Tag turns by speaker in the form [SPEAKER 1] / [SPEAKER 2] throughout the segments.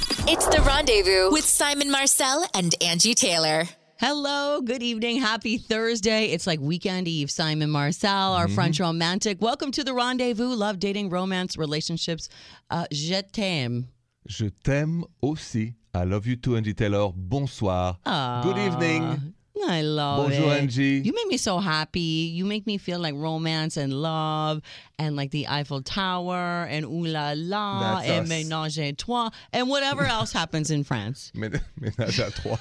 [SPEAKER 1] It's The Rendezvous with Simon Marcel and Angie Taylor.
[SPEAKER 2] Hello, good evening, happy Thursday. It's like weekend eve. Simon Marcel, our
[SPEAKER 3] Mm-hmm.
[SPEAKER 2] French romantic. Welcome to the rendezvous. Love, dating, romance, relationships. Uh, je t'aime.
[SPEAKER 3] Je t'aime aussi. I love you too, Angie Taylor. Bonsoir. Good evening.
[SPEAKER 2] I love
[SPEAKER 3] Bonjour,
[SPEAKER 2] it.
[SPEAKER 3] Angie.
[SPEAKER 2] You make me so happy. You make me feel like romance and love and like the Eiffel Tower and ooh la la
[SPEAKER 3] That's
[SPEAKER 2] and
[SPEAKER 3] us.
[SPEAKER 2] ménage à trois and whatever else happens in France.
[SPEAKER 3] Mé- Ménage à trois.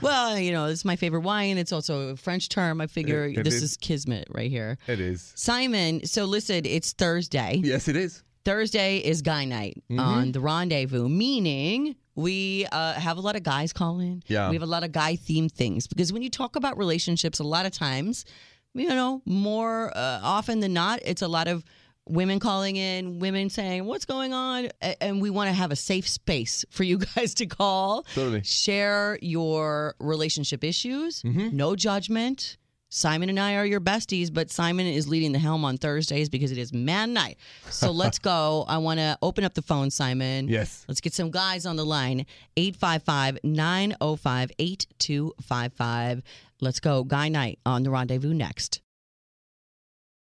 [SPEAKER 2] Well, you know, it's my favorite wine. It's also a French term. I figure
[SPEAKER 3] It- it
[SPEAKER 2] this
[SPEAKER 3] is.
[SPEAKER 2] is kismet right here.
[SPEAKER 3] It is.
[SPEAKER 2] Simon, so listen, it's Thursday.
[SPEAKER 3] Yes, it is.
[SPEAKER 2] Thursday is guy night on the rendezvous, meaning we uh, have a lot of guys call in.
[SPEAKER 3] Yeah.
[SPEAKER 2] We have a lot of guy themed things because when you talk about relationships, a lot of times, you know, more uh, often than not, it's a lot of women calling in, women saying, What's going on? A- And we want to have a safe space for you guys to call,
[SPEAKER 3] Totally.
[SPEAKER 2] share your relationship issues, no judgment. Simon and I are your besties, but Simon is leading the helm on Thursdays because it is man night. So let's go. I want to open up the phone, Simon.
[SPEAKER 3] Yes.
[SPEAKER 2] Let's get some guys on the line. 855 905 8255. Let's go. Guy night on the rendezvous next.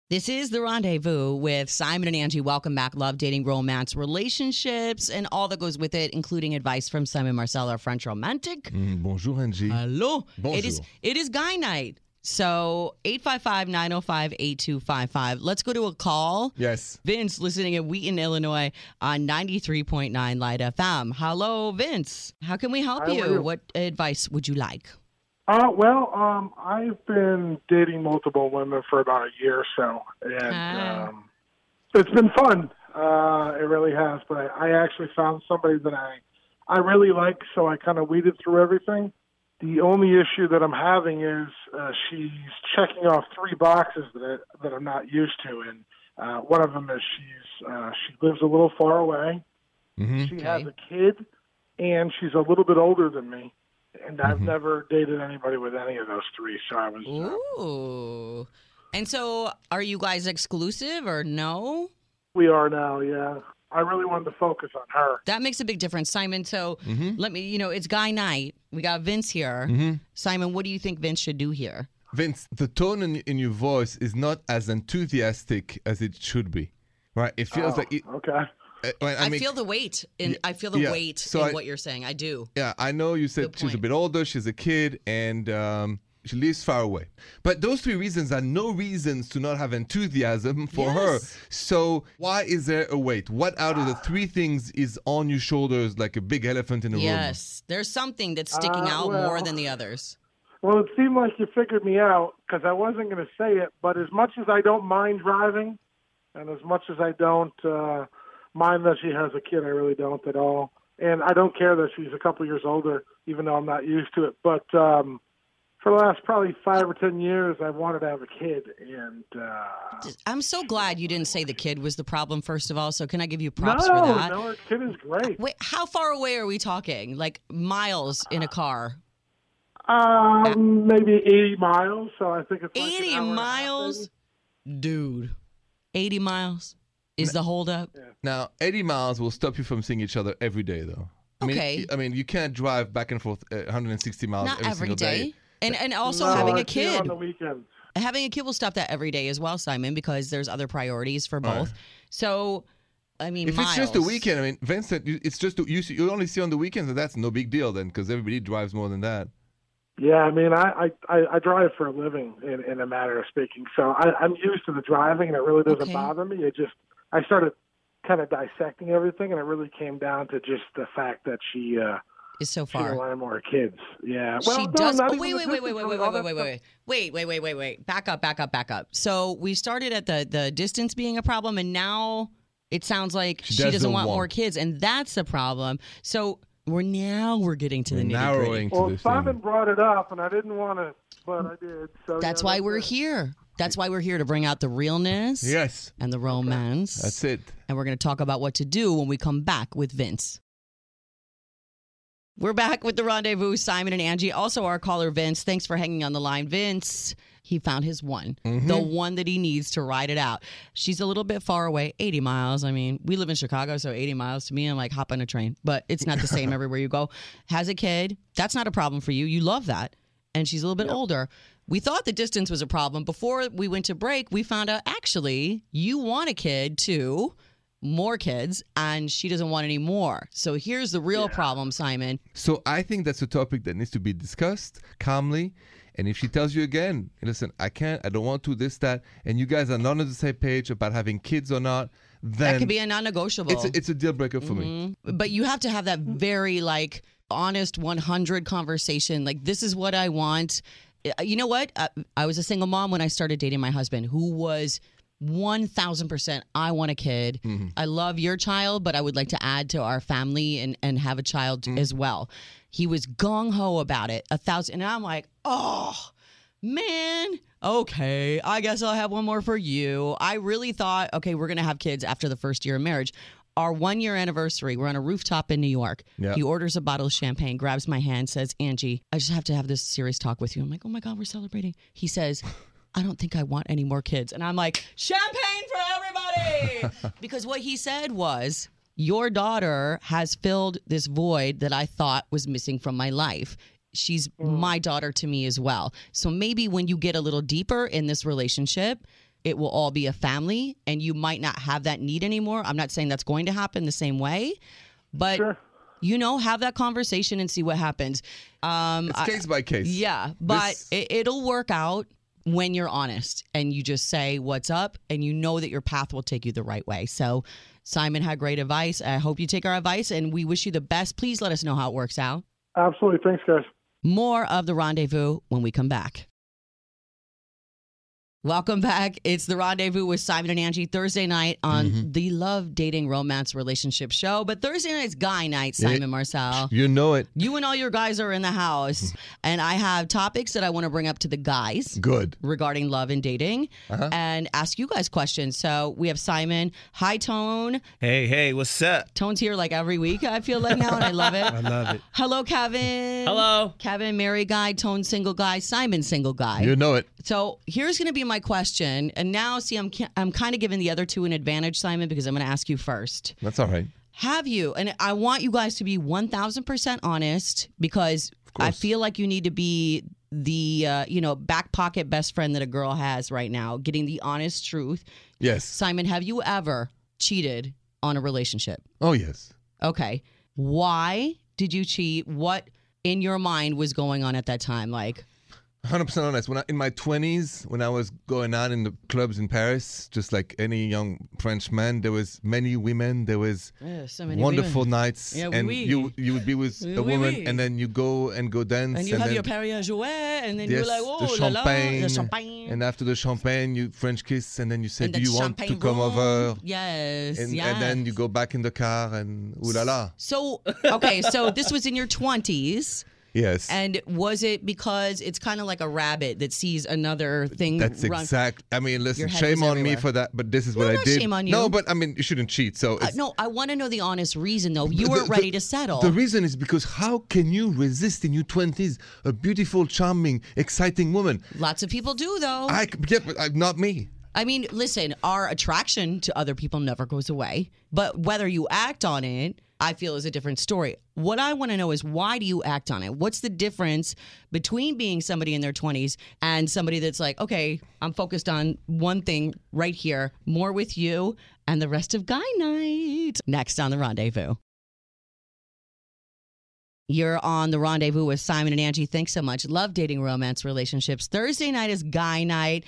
[SPEAKER 2] This is the rendezvous with Simon and Angie. Welcome back. Love, dating, romance, relationships, and all that goes with it, including advice from Simon Marcel, our French romantic.
[SPEAKER 3] Mm, bonjour, Angie.
[SPEAKER 2] Hello. It is
[SPEAKER 3] Bonjour.
[SPEAKER 2] it is guy night. So 855-905-8255. Let's go to a call.
[SPEAKER 3] yes.
[SPEAKER 2] Vince listening in Wheaton, Illinois on 93.9 Light FM. Hello, Vince. How can we help
[SPEAKER 4] Hi,
[SPEAKER 2] you?
[SPEAKER 4] how are you?
[SPEAKER 2] What advice would you like?
[SPEAKER 4] Uh, well, um, I've been dating multiple women for about a year or so, and
[SPEAKER 2] Ah.
[SPEAKER 4] um, it's been fun. Uh, it really has. But I, I actually found somebody that I I really like, so I kind of weeded through everything. The only issue that I'm having is uh, she's checking off three boxes that that I'm not used to, and uh, one of them is she's uh, she lives a little far away.
[SPEAKER 3] Mhm.
[SPEAKER 4] She
[SPEAKER 2] Okay.
[SPEAKER 4] has a kid, and she's a little bit older than me. And I've never dated anybody with any of those three, so I was. uh,
[SPEAKER 2] Ooh. And so are you guys exclusive or no?
[SPEAKER 4] we are now, yeah. I really wanted to focus on her.
[SPEAKER 2] That makes a big difference, Simon. So let me, you know, it's guy night. We got Vince here. Simon, what do you think Vince should do here?
[SPEAKER 3] Vince, the tone in, in your voice is not as enthusiastic as it should be. Right? It feels like. It,
[SPEAKER 4] Okay.
[SPEAKER 3] uh, when
[SPEAKER 2] I,
[SPEAKER 3] mean-
[SPEAKER 2] feel the weight in I feel the
[SPEAKER 3] yeah.
[SPEAKER 2] weight
[SPEAKER 3] So
[SPEAKER 2] in
[SPEAKER 3] I-
[SPEAKER 2] what you're saying. I do.
[SPEAKER 3] Yeah, I know you said
[SPEAKER 2] Good
[SPEAKER 3] she's a
[SPEAKER 2] point.
[SPEAKER 3] bit older, she's a kid, and um, she lives far away. But those three reasons are no reasons to not have enthusiasm for
[SPEAKER 2] Yes. Ah.
[SPEAKER 3] her. So, why is there a wait? What out of the three things is on your shoulders like a big elephant in the
[SPEAKER 2] Yes, there's something that's sticking
[SPEAKER 4] Ah,
[SPEAKER 2] out more
[SPEAKER 4] well.
[SPEAKER 2] than the others.
[SPEAKER 4] Well, it seemed like you figured me out because I wasn't going to say it, but as much as I don't mind driving, and as much as I don't uh, mind that she has a kid, I really don't at all. And I don't care that she's a couple years older, even though I'm not used to it. But um, for the last probably five or ten years, I've wanted to have a kid, and uh,
[SPEAKER 2] I'm so glad you didn't say the kid was the problem first of all. So can I give you props
[SPEAKER 4] no,
[SPEAKER 2] for that?
[SPEAKER 4] no, her kid is great.
[SPEAKER 2] Wait, how far away are we talking? Like miles in a car?
[SPEAKER 4] Um, maybe 80 miles, so I think it's like an
[SPEAKER 2] 80
[SPEAKER 4] hour and a half,
[SPEAKER 2] miles?
[SPEAKER 4] maybe.
[SPEAKER 2] Dude. 80 miles is the holdup.
[SPEAKER 3] room? Now, 80 miles will stop you from seeing each other every day, though. I mean,
[SPEAKER 2] Okay.
[SPEAKER 3] I mean, you can't drive back and forth uh, 160 miles
[SPEAKER 2] Not
[SPEAKER 3] every
[SPEAKER 2] every
[SPEAKER 3] single day.
[SPEAKER 2] day. And and also
[SPEAKER 4] No,
[SPEAKER 2] having
[SPEAKER 4] I
[SPEAKER 2] a
[SPEAKER 4] see her
[SPEAKER 2] kid.
[SPEAKER 4] on the weekends.
[SPEAKER 2] having a kid will stop that every day as well, Simon, because there's other priorities for both. So I mean
[SPEAKER 3] If
[SPEAKER 2] miles.
[SPEAKER 3] it's just a weekend, I mean, Vincent, you- it's just you, see- you only see on the weekends, and that's no big deal then, because everybody drives more than that.
[SPEAKER 4] Yeah, I mean, I I, I, I drive for a living, in, in a matter of speaking. So I, I'm used to the driving, and it really doesn't
[SPEAKER 2] Okay.
[SPEAKER 4] bother me. It just I started kind of dissecting everything, and it really came down to just the fact that she uh,
[SPEAKER 2] is so
[SPEAKER 4] she didn't
[SPEAKER 2] far.
[SPEAKER 4] want any more kids. Yeah, well,
[SPEAKER 2] she
[SPEAKER 4] no,
[SPEAKER 2] does.
[SPEAKER 4] Not
[SPEAKER 2] Oh,
[SPEAKER 4] even
[SPEAKER 2] wait,
[SPEAKER 4] the
[SPEAKER 2] wait, wait, wait, wait,
[SPEAKER 4] distance, really,
[SPEAKER 2] wait, wait,
[SPEAKER 4] all that
[SPEAKER 2] wait,
[SPEAKER 4] stuff.
[SPEAKER 2] wait, wait, wait, wait, wait, wait. Back up, back up, back up. So we started at the the distance being a problem, and now it sounds like she, doesn't, want, more kids, and that's the problem. So we're now we're getting to the nitty gritty.
[SPEAKER 3] Narrowing to
[SPEAKER 4] Well,
[SPEAKER 3] the
[SPEAKER 4] Simon
[SPEAKER 3] thing.
[SPEAKER 4] brought it up, and I didn't want to, but I did. So
[SPEAKER 2] That's
[SPEAKER 4] yeah,
[SPEAKER 2] why we're
[SPEAKER 4] it.
[SPEAKER 2] here. That's why we're here to bring out the realness
[SPEAKER 3] Yes,
[SPEAKER 2] and the romance.
[SPEAKER 3] that's it.
[SPEAKER 2] and we're going to talk about what to do when we come back with Vince. We're back with the rendezvous, Simon and Angie. Also, our caller, Vince. Thanks for hanging on the line, Vince. He found his one, the one that he needs to ride it out. She's a little bit far away, 80 miles. I mean, we live in Chicago, so 80 miles to me, I'm like, hop on a train, but it's not the same everywhere you go. Has a kid, that's not a problem for you. You love that. And she's a little bit older. We thought the distance was a problem. Before we went to break, we found out actually you want a kid too more kids and she doesn't want any more. So here's the real problem, Simon.
[SPEAKER 3] So I think that's a topic that needs to be discussed calmly. And if she tells you again, listen, I can't, I don't want to, this, that, and you guys are not on the same page about having kids or not, then
[SPEAKER 2] That could be a Mm-hmm. non negotiable.
[SPEAKER 3] it's, a, it's a deal breaker for me.
[SPEAKER 2] but you have to have that very like honest 100 conversation like this is what i want Uh, you know what I, I was a single mom when i started dating my husband who was 1000% i want a kid i love your child but i would like to add to our family and and have a child as well he was gung-ho about it a thousand and i'm like oh man, okay, I guess I'll have one more for you. I really thought, okay, we're going to have kids after the first year of marriage. Our one year anniversary, we're on a rooftop in New York.
[SPEAKER 3] Yeah.
[SPEAKER 2] He orders a bottle of champagne, grabs my hand, says, Angie, I just have to have this serious talk with you. I'm like, oh my God, we're celebrating. He says, I don't think I want any more kids. And I'm like, champagne for everybody. because what he said was, your daughter has filled this void that I thought was missing from my life. She's my daughter to me as well. So maybe when you get a little deeper in this relationship, it will all be a family and you might not have that need anymore. I'm not saying that's going to happen the same way, but
[SPEAKER 4] Sure.
[SPEAKER 2] you know, have that conversation and see what happens. Um,
[SPEAKER 3] It's
[SPEAKER 2] I-
[SPEAKER 3] case by case.
[SPEAKER 2] yeah, but
[SPEAKER 3] This-
[SPEAKER 2] it, it'll work out when you're honest and you just say what's up and you know that your path will take you the right way. So, Simon had great advice. I hope you take our advice and we wish you the best. Please let us know how it works out.
[SPEAKER 4] Absolutely. Thanks, guys.
[SPEAKER 2] More of the rendezvous when we come back. Welcome back. It's the rendezvous with Simon and Angie Thursday night on
[SPEAKER 3] Mm-hmm.
[SPEAKER 2] the Love Dating Romance Relationship Show. But Thursday night's guy night, Simon Marcel.
[SPEAKER 3] You know it.
[SPEAKER 2] You and all your guys are in the house, and I have topics that I want to bring up to the guys
[SPEAKER 3] Good.
[SPEAKER 2] regarding love and dating and ask you guys questions. So we have Simon. Hi, Tone.
[SPEAKER 5] Hey, hey, what's up?
[SPEAKER 2] Tone's here like every week, I feel like now, and I love it.
[SPEAKER 5] I love it.
[SPEAKER 2] Hello, Kevin.
[SPEAKER 5] Hello.
[SPEAKER 2] Kevin, married guy, Tone, single guy, Simon, single guy.
[SPEAKER 3] You know it.
[SPEAKER 2] So here's going to be my question. And now, see, I'm, ki- I'm kind of giving the other two an advantage, Simon, because I'm going to ask you first.
[SPEAKER 3] That's all right.
[SPEAKER 2] Have you? And I want you guys to be 1000% honest because I feel like you need to be the uh, you know back pocket best friend that a girl has right now getting the honest truth
[SPEAKER 3] Yes.
[SPEAKER 2] simon have you ever cheated on a relationship
[SPEAKER 3] Oh, yes.
[SPEAKER 2] okay why did you cheat what in your mind was going on at that time like
[SPEAKER 3] 100% honest. When I, in my 20s, when I was going out in the clubs in Paris, just like any young French man, there was many women. There was
[SPEAKER 2] so
[SPEAKER 3] wonderful nights,
[SPEAKER 2] Yeah,
[SPEAKER 3] and
[SPEAKER 2] oui,
[SPEAKER 3] you
[SPEAKER 2] oui.
[SPEAKER 3] you would be with
[SPEAKER 2] Oui,
[SPEAKER 3] a
[SPEAKER 2] oui,
[SPEAKER 3] woman,
[SPEAKER 2] oui.
[SPEAKER 3] and then you go and go dance,
[SPEAKER 2] and you have
[SPEAKER 3] then
[SPEAKER 2] your Perrier jouet and then
[SPEAKER 3] yes,
[SPEAKER 2] you're like oh
[SPEAKER 3] the
[SPEAKER 2] la la,
[SPEAKER 3] champagne,
[SPEAKER 2] the champagne
[SPEAKER 3] and after the champagne, you French kiss, and then you say,
[SPEAKER 2] And
[SPEAKER 3] "Do
[SPEAKER 2] the
[SPEAKER 3] you want to
[SPEAKER 2] champagne
[SPEAKER 3] come
[SPEAKER 2] room.
[SPEAKER 3] over?"
[SPEAKER 2] yes
[SPEAKER 3] And,
[SPEAKER 2] yes.
[SPEAKER 3] and then you go back in the car, and ooh la la,
[SPEAKER 2] So okay, so this was in your twenties,
[SPEAKER 3] yes,
[SPEAKER 2] and was it because it's kind of like a rabbit that sees another thing?
[SPEAKER 3] That's
[SPEAKER 2] run-
[SPEAKER 3] exact. I mean, listen,
[SPEAKER 2] Your head
[SPEAKER 3] shame
[SPEAKER 2] was
[SPEAKER 3] on me
[SPEAKER 2] everywhere.
[SPEAKER 3] for that, but this is
[SPEAKER 2] No,
[SPEAKER 3] what I
[SPEAKER 2] not
[SPEAKER 3] did.
[SPEAKER 2] shame on
[SPEAKER 3] No,
[SPEAKER 2] you.
[SPEAKER 3] but I mean, you shouldn't cheat. So
[SPEAKER 2] Uh,
[SPEAKER 3] it's,
[SPEAKER 2] no, I want to know the honest reason though. You
[SPEAKER 3] The-
[SPEAKER 2] were
[SPEAKER 3] the-
[SPEAKER 2] ready to settle.
[SPEAKER 3] The reason is because how can you resist in your twenties a beautiful, charming, exciting woman?
[SPEAKER 2] Lots of people do though. I,
[SPEAKER 3] I c- yeah, but I, not me.
[SPEAKER 2] mean, listen, our attraction to other people never goes away, but whether you act on it, I feel is a different story. What I want to know is why do you act on it? What's the difference between being somebody in their 20s and somebody that's like, okay, I'm focused on one thing right here, more with you and the rest of Guy Night. Next on the rendezvous. You're on the rendezvous with Simon and Angie. Thanks so much. Love dating, romance, relationships. Thursday night is guy night.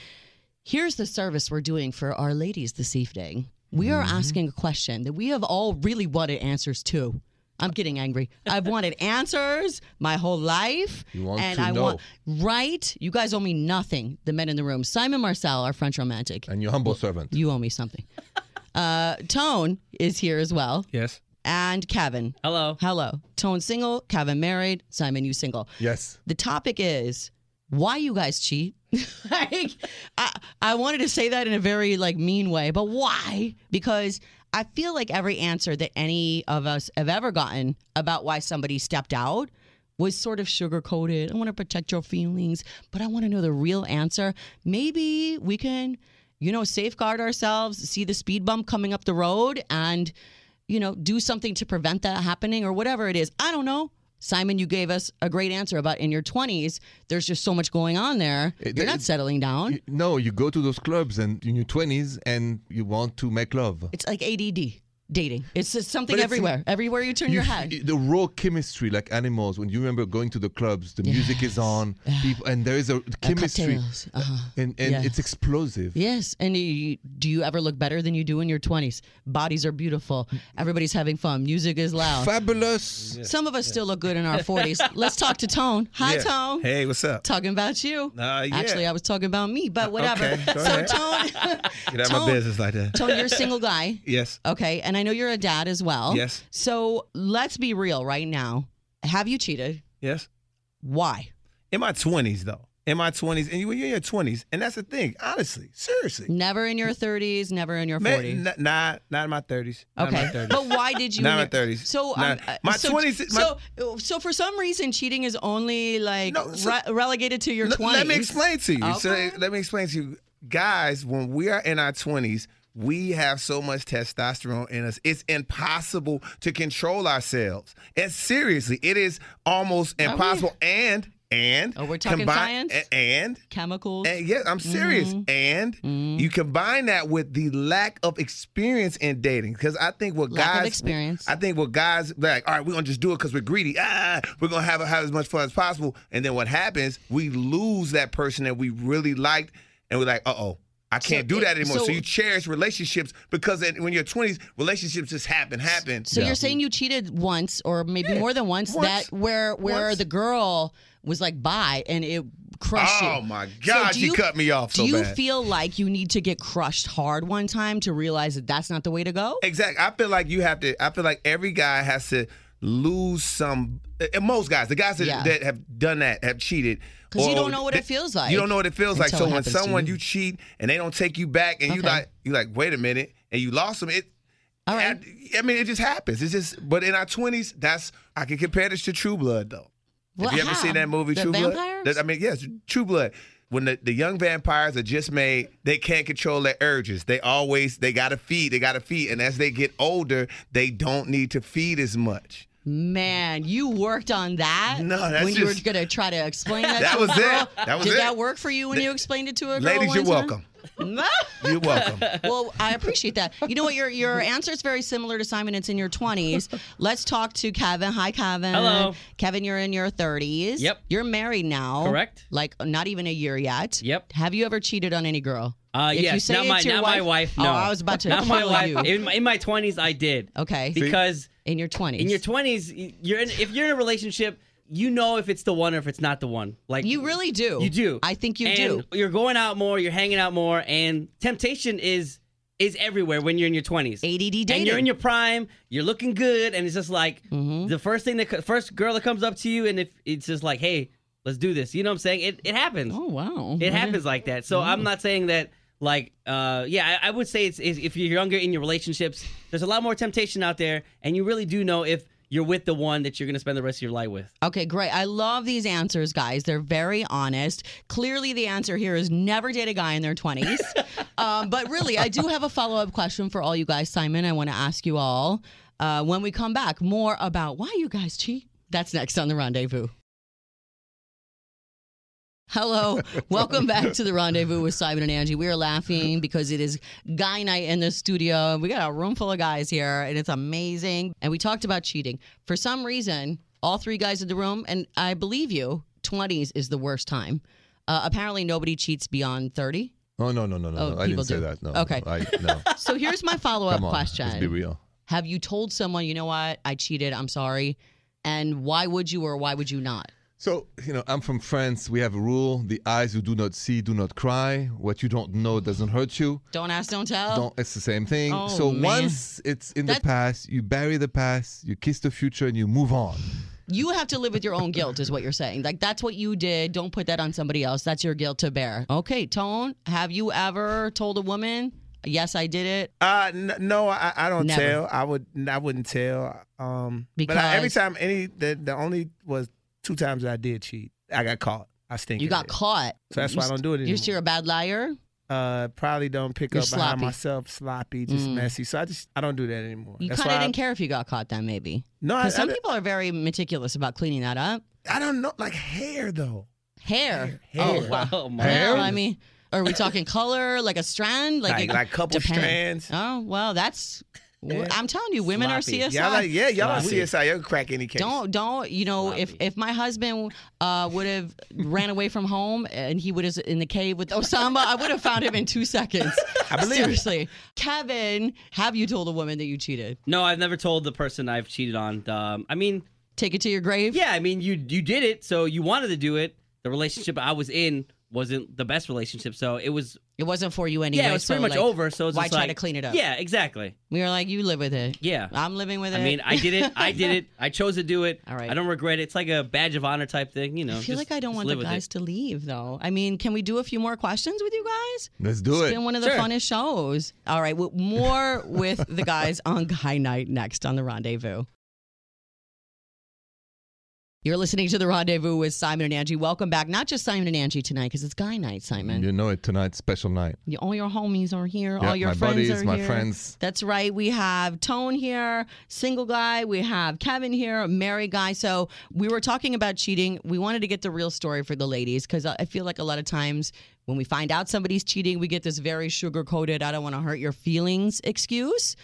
[SPEAKER 2] Here's the service we're doing for our ladies this evening. We
[SPEAKER 3] Mm-hmm.
[SPEAKER 2] are asking a question that we have all really wanted answers to. I'm getting angry. I've wanted answers my whole life.
[SPEAKER 3] You want
[SPEAKER 2] and
[SPEAKER 3] to
[SPEAKER 2] I
[SPEAKER 3] know.
[SPEAKER 2] want right. You guys owe me nothing. The men in the room. Simon Marcel, our French romantic.
[SPEAKER 3] And your humble servant.
[SPEAKER 2] You owe me something. uh, Tone is here as well.
[SPEAKER 5] Yes.
[SPEAKER 2] And Kevin.
[SPEAKER 5] Hello.
[SPEAKER 2] Hello. Tone single, Kevin married, Simon you single.
[SPEAKER 3] Yes.
[SPEAKER 2] The topic is why you guys cheat. like I I wanted to say that in a very like mean way, but why? Because I feel like every answer that any of us have ever gotten about why somebody stepped out was sort of sugar coated. I want to protect your feelings, but I want to know the real answer. Maybe we can, you know, safeguard ourselves, see the speed bump coming up the road, and, you know, do something to prevent that happening or whatever it is. I don't know. Simon, you gave us a great answer about in your 20s, there's just so much going on there.
[SPEAKER 3] It-
[SPEAKER 2] You're not
[SPEAKER 3] it-
[SPEAKER 2] settling down.
[SPEAKER 3] You- No, you go to those clubs and in your 20s and you want to make love.
[SPEAKER 2] It's like ADD dating. It's just something
[SPEAKER 3] But it's-
[SPEAKER 2] everywhere. everywhere you turn
[SPEAKER 3] You
[SPEAKER 2] your
[SPEAKER 3] f-
[SPEAKER 2] head.
[SPEAKER 3] The raw chemistry, like animals, when you remember going to the clubs, the music is on, people, and there is a chemistry,
[SPEAKER 2] cocktails. Uh-huh.
[SPEAKER 3] and, and
[SPEAKER 2] Yes.
[SPEAKER 3] it's explosive.
[SPEAKER 2] Yes, and you- you, do you ever look better than you do in your 20s? Bodies are beautiful. Everybody's having fun. Music is loud.
[SPEAKER 3] Fabulous.
[SPEAKER 2] Some of us still look good in our 40s. Let's talk to Tone. Hi,
[SPEAKER 5] Yeah.
[SPEAKER 2] Tone.
[SPEAKER 5] Hey, what's up?
[SPEAKER 2] Talking about you.
[SPEAKER 5] Uh, yeah. Uh,
[SPEAKER 2] Actually, I was talking about me, but whatever.
[SPEAKER 5] okay, go
[SPEAKER 2] so,
[SPEAKER 5] ahead.
[SPEAKER 2] Tone,
[SPEAKER 5] Get out of
[SPEAKER 2] uh, Tone-
[SPEAKER 5] my business like that.
[SPEAKER 2] Tone, you're a single guy.
[SPEAKER 5] Yes.
[SPEAKER 2] Okay, and I know you're a dad as well.
[SPEAKER 5] Yes.
[SPEAKER 2] So let's be real right now. Have you cheated?
[SPEAKER 5] Yes.
[SPEAKER 2] Why?
[SPEAKER 5] In my twenties though. In my twenties, and you when you're in your twenties, and that's the thing. Honestly, seriously.
[SPEAKER 2] Never in your 30s, never in your 40s.
[SPEAKER 5] Man, n- nah, not in my thirties.
[SPEAKER 2] Okay,
[SPEAKER 5] Not in my 30s.
[SPEAKER 2] but why did you?
[SPEAKER 5] Not my 30s.
[SPEAKER 2] So
[SPEAKER 5] Not-
[SPEAKER 2] um, uh,
[SPEAKER 5] my
[SPEAKER 2] so,
[SPEAKER 5] 20s my-
[SPEAKER 2] So so for some reason, cheating is only like
[SPEAKER 5] No, so-
[SPEAKER 2] re- relegated to your
[SPEAKER 5] Let-
[SPEAKER 2] twenties.
[SPEAKER 5] Let me explain to you.
[SPEAKER 2] Okay.
[SPEAKER 5] So let me explain to you, guys. When we are in our twenties, we have so much testosterone in us. It's impossible to control ourselves. And seriously, it is almost impossible. And and
[SPEAKER 2] Oh, we're talking science? Mm-hmm.
[SPEAKER 5] a- And
[SPEAKER 2] Chemicals.
[SPEAKER 5] and yes, I'm serious. And you combine that with the lack of experience in dating, because I think what
[SPEAKER 2] Lack of
[SPEAKER 5] guys
[SPEAKER 2] experience.
[SPEAKER 5] I think what guys like, all right, we're gonna just do it because we're greedy. Ah, we're gonna have have as much fun as possible, and then what happens? We lose that person that we really liked, and we're like, uh oh. I can't do
[SPEAKER 2] it-
[SPEAKER 5] that anymore. So,
[SPEAKER 2] so-
[SPEAKER 5] you cherish relationships because in- when you're 20s, relationships just happen, happen.
[SPEAKER 2] so you're saying you cheated once, or maybe more than once,
[SPEAKER 5] once.
[SPEAKER 2] That where where
[SPEAKER 5] Once.
[SPEAKER 2] the girl was like "Bye," and it crushed you.
[SPEAKER 5] Oh my God,
[SPEAKER 2] do
[SPEAKER 5] you cut me off
[SPEAKER 2] Do
[SPEAKER 5] so
[SPEAKER 2] you
[SPEAKER 5] bad.
[SPEAKER 2] feel like you need to get crushed hard one time to realize that that's not the way to go?
[SPEAKER 5] Exactly. I feel like you have to. I feel like every guy has to lose some. And most guys, the guys that,
[SPEAKER 2] Yeah.
[SPEAKER 5] that have done that, have cheated.
[SPEAKER 2] 'Cause you
[SPEAKER 5] or
[SPEAKER 2] don't know what it
[SPEAKER 5] they-
[SPEAKER 2] feels like
[SPEAKER 5] You don't know what it feels like.
[SPEAKER 2] until
[SPEAKER 5] So
[SPEAKER 2] it
[SPEAKER 5] when
[SPEAKER 2] happens to
[SPEAKER 5] someone
[SPEAKER 2] you.
[SPEAKER 5] you. cheat and they don't take you back, and you
[SPEAKER 2] Okay.
[SPEAKER 5] like you like, wait a minute, and you lost them. It.
[SPEAKER 2] All right.
[SPEAKER 5] I, I mean, it just happens. It's just. But in our twenties, that's I can compare this to True Blood though.
[SPEAKER 2] What-
[SPEAKER 5] Have you ever
[SPEAKER 2] how?
[SPEAKER 5] seen that movie
[SPEAKER 2] The
[SPEAKER 5] True
[SPEAKER 2] vampires?
[SPEAKER 5] Blood? That- I mean, yes, True Blood. When the, the young vampires are just made, they can't control their urges. They always they gotta feed, they gotta feed, and as they get older, they don't need to feed as much.
[SPEAKER 2] Man, you worked on that.
[SPEAKER 5] No, that's
[SPEAKER 2] when you were
[SPEAKER 5] just-
[SPEAKER 2] gonna try to explain that.
[SPEAKER 5] That
[SPEAKER 2] to
[SPEAKER 5] was
[SPEAKER 2] a
[SPEAKER 5] it.
[SPEAKER 2] girl.
[SPEAKER 5] That was
[SPEAKER 2] Did
[SPEAKER 5] it.
[SPEAKER 2] that work for you when you explained it to a girl?
[SPEAKER 5] Ladies,
[SPEAKER 2] one
[SPEAKER 5] you're
[SPEAKER 2] time?
[SPEAKER 5] welcome. You're welcome.
[SPEAKER 2] well, I appreciate that. You know what? Your your answer is very similar to Simon. It's in your 20s. Let's talk to Kevin. Hi, Kevin.
[SPEAKER 6] Hello.
[SPEAKER 2] Kevin. You're in your 30s.
[SPEAKER 6] Yep.
[SPEAKER 2] You're married now.
[SPEAKER 6] Correct.
[SPEAKER 2] Like not even a year yet.
[SPEAKER 6] Yep.
[SPEAKER 2] Have you ever cheated on any girl?
[SPEAKER 6] Uh,
[SPEAKER 2] If
[SPEAKER 6] yes,
[SPEAKER 2] you say
[SPEAKER 6] not
[SPEAKER 2] it
[SPEAKER 6] my
[SPEAKER 2] to your
[SPEAKER 6] not my wife. No,
[SPEAKER 2] Oh, I was about to
[SPEAKER 6] Not my
[SPEAKER 2] kill
[SPEAKER 6] wife.
[SPEAKER 2] you.
[SPEAKER 6] In, my- in my twenties, I did.
[SPEAKER 2] okay.
[SPEAKER 6] Because
[SPEAKER 2] in your 20s.
[SPEAKER 6] in your twenties, you're in, if you're in a relationship, you know if it's the one or if it's not the one. Like
[SPEAKER 2] You really do.
[SPEAKER 6] You do.
[SPEAKER 2] I think you
[SPEAKER 6] And You're going out more. You're hanging out more, and temptation is is everywhere when you're in your twenties.
[SPEAKER 2] ADD dating. Mm-hmm.
[SPEAKER 6] And you're in your prime. You're looking good, and it's just like the first thing that co- first girl that comes up to you, and if it's just like, hey, let's do this. You know what I'm saying? It it happens.
[SPEAKER 2] Oh wow.
[SPEAKER 6] It happens like that. So I'm not saying that. Like, uh, yeah, I, I would say it's, it's if you're younger in your relationships, there's a lot more temptation out there, and you really do know if you're with the one that you're going to spend the rest of your life with.
[SPEAKER 2] Okay, great. I love these answers, guys. They're very honest. Clearly, the answer here is never date a guy in their 20s. um, but really, I do have a follow up question for all you guys. Simon, I want to ask you all uh, when we come back more about why you guys cheat. That's next on The Rendezvous. Hello, welcome back to the rendezvous with Simon and Angie. We are laughing because it is guy night in the studio. We got a room full of guys here, and it's amazing. And we talked about cheating. For some reason, all three guys in the room, and I believe you, 20s is the worst time. Uh, apparently, nobody cheats beyond 30.
[SPEAKER 3] Oh no no no no!
[SPEAKER 2] Oh,
[SPEAKER 3] no. I
[SPEAKER 2] people
[SPEAKER 3] didn't say
[SPEAKER 2] do.
[SPEAKER 3] that. No.
[SPEAKER 2] Okay.
[SPEAKER 3] No, I, no.
[SPEAKER 2] So here's my follow up
[SPEAKER 3] Come on.
[SPEAKER 2] question
[SPEAKER 3] Let's be real.
[SPEAKER 2] Have you told someone, you know what, I cheated, I'm sorry? And why would you or why would you not?
[SPEAKER 3] So you know, I'm from France. We have a rule: the eyes you do not see do not cry. What you don't know doesn't hurt you.
[SPEAKER 2] Don't ask, don't tell.
[SPEAKER 3] Don't. It's the same thing.
[SPEAKER 2] Oh,
[SPEAKER 3] so
[SPEAKER 2] man.
[SPEAKER 3] once it's in
[SPEAKER 2] That-
[SPEAKER 3] the past, you bury the past, you kiss the future, and you move on.
[SPEAKER 2] You have to live with your own guilt, is what you're saying. Like that's what you did. Don't put that on somebody else. That's your guilt to bear. Okay, Tone, have you ever told a woman, "Yes, I did it"?
[SPEAKER 5] Uh, n- no, I, I don't
[SPEAKER 2] Never.
[SPEAKER 5] tell. I would, I wouldn't tell. Um, but I, every
[SPEAKER 2] Because-
[SPEAKER 5] time any the the only was Two times I did cheat. I got caught. I stink.
[SPEAKER 2] You
[SPEAKER 5] at
[SPEAKER 2] got
[SPEAKER 5] it.
[SPEAKER 2] caught.
[SPEAKER 5] So that's
[SPEAKER 2] You
[SPEAKER 5] why I don't do it
[SPEAKER 2] st-
[SPEAKER 5] anymore.
[SPEAKER 2] You sure a bad liar?
[SPEAKER 5] uh, probably don't pick
[SPEAKER 2] You're
[SPEAKER 5] up behind
[SPEAKER 2] sloppy.
[SPEAKER 5] myself, sloppy, just
[SPEAKER 2] Mm.
[SPEAKER 5] messy. So I just I don't do that anymore.
[SPEAKER 2] You
[SPEAKER 5] That's
[SPEAKER 2] kind of
[SPEAKER 5] why I-
[SPEAKER 2] didn't care if you got caught then, maybe.
[SPEAKER 5] No, I,
[SPEAKER 2] Because some
[SPEAKER 5] I-
[SPEAKER 2] people are very meticulous about cleaning that up.
[SPEAKER 5] I don't know, like hair though.
[SPEAKER 2] Hair.
[SPEAKER 5] Hair.
[SPEAKER 2] Oh, wow.
[SPEAKER 6] Oh my.
[SPEAKER 5] Hair?
[SPEAKER 2] Well, I mean, are we talking color, like a strand?
[SPEAKER 5] Like
[SPEAKER 2] it-
[SPEAKER 5] like, couple
[SPEAKER 2] depends.
[SPEAKER 5] strands.
[SPEAKER 2] Oh, well, that's.
[SPEAKER 5] Yeah.
[SPEAKER 2] I'm telling you, women
[SPEAKER 6] Sloppy.
[SPEAKER 2] are CSI.
[SPEAKER 5] Y'all like yeah, y'all are
[SPEAKER 6] Sloppy.
[SPEAKER 5] CSI. Y'all can crack any case.
[SPEAKER 2] Don't don't you know if
[SPEAKER 6] Sloppy.
[SPEAKER 2] if my husband uh, would have ran away from home and he would have in the cave with Osama, I would have found him in two seconds.
[SPEAKER 5] I believe it.
[SPEAKER 2] Seriously, Kevin, have you told a woman that you cheated?
[SPEAKER 6] No, I've never told the person I've cheated on. Um, I mean,
[SPEAKER 2] Take it to your grave.
[SPEAKER 6] yeah, I mean, you you did it, so you wanted to do it. The relationship I was in wasn't the best relationship, so it was
[SPEAKER 2] it wasn't for you anyway.
[SPEAKER 6] yeah, it was pretty
[SPEAKER 2] so,
[SPEAKER 6] much
[SPEAKER 2] like,
[SPEAKER 6] over. So it's
[SPEAKER 2] why
[SPEAKER 6] just
[SPEAKER 2] try
[SPEAKER 6] like-
[SPEAKER 2] to clean it up?
[SPEAKER 6] Yeah, exactly.
[SPEAKER 2] we were like, you live with it.
[SPEAKER 6] Yeah.
[SPEAKER 2] I'm living with it.
[SPEAKER 6] I mean, I did it. I did it. I chose to do it.
[SPEAKER 2] All right.
[SPEAKER 6] I don't regret it. It's like a badge of honor type thing, you know.
[SPEAKER 2] I feel
[SPEAKER 6] just-
[SPEAKER 2] like I don't
[SPEAKER 6] just
[SPEAKER 2] want the
[SPEAKER 6] live with it.
[SPEAKER 2] guys to leave, though. I mean, can we do a few more questions with you guys?
[SPEAKER 3] Let's do
[SPEAKER 2] It's
[SPEAKER 3] it.
[SPEAKER 2] been one of the
[SPEAKER 6] Sure.
[SPEAKER 2] funnest shows. All right, well, more with the guys on Guy Night next on The Rendezvous. You're listening to The Rendezvous with Simon and Angie. Welcome back. Not just Simon and Angie tonight, because it's Guy Night, Simon.
[SPEAKER 3] You know it tonight, special night.
[SPEAKER 2] You- All your homies are here.
[SPEAKER 3] Yeah,
[SPEAKER 2] all your
[SPEAKER 3] my
[SPEAKER 2] friends
[SPEAKER 3] buddies,
[SPEAKER 2] are
[SPEAKER 3] my
[SPEAKER 2] here.
[SPEAKER 3] friends.
[SPEAKER 2] That's right. We have Tone here, single guy. We have Kevin here, married guy. So we were talking about cheating. We wanted to get the real story for the ladies because I I feel like a lot of times when we find out somebody's cheating, we get this very sugar coated, I don't want to hurt your feelings excuse.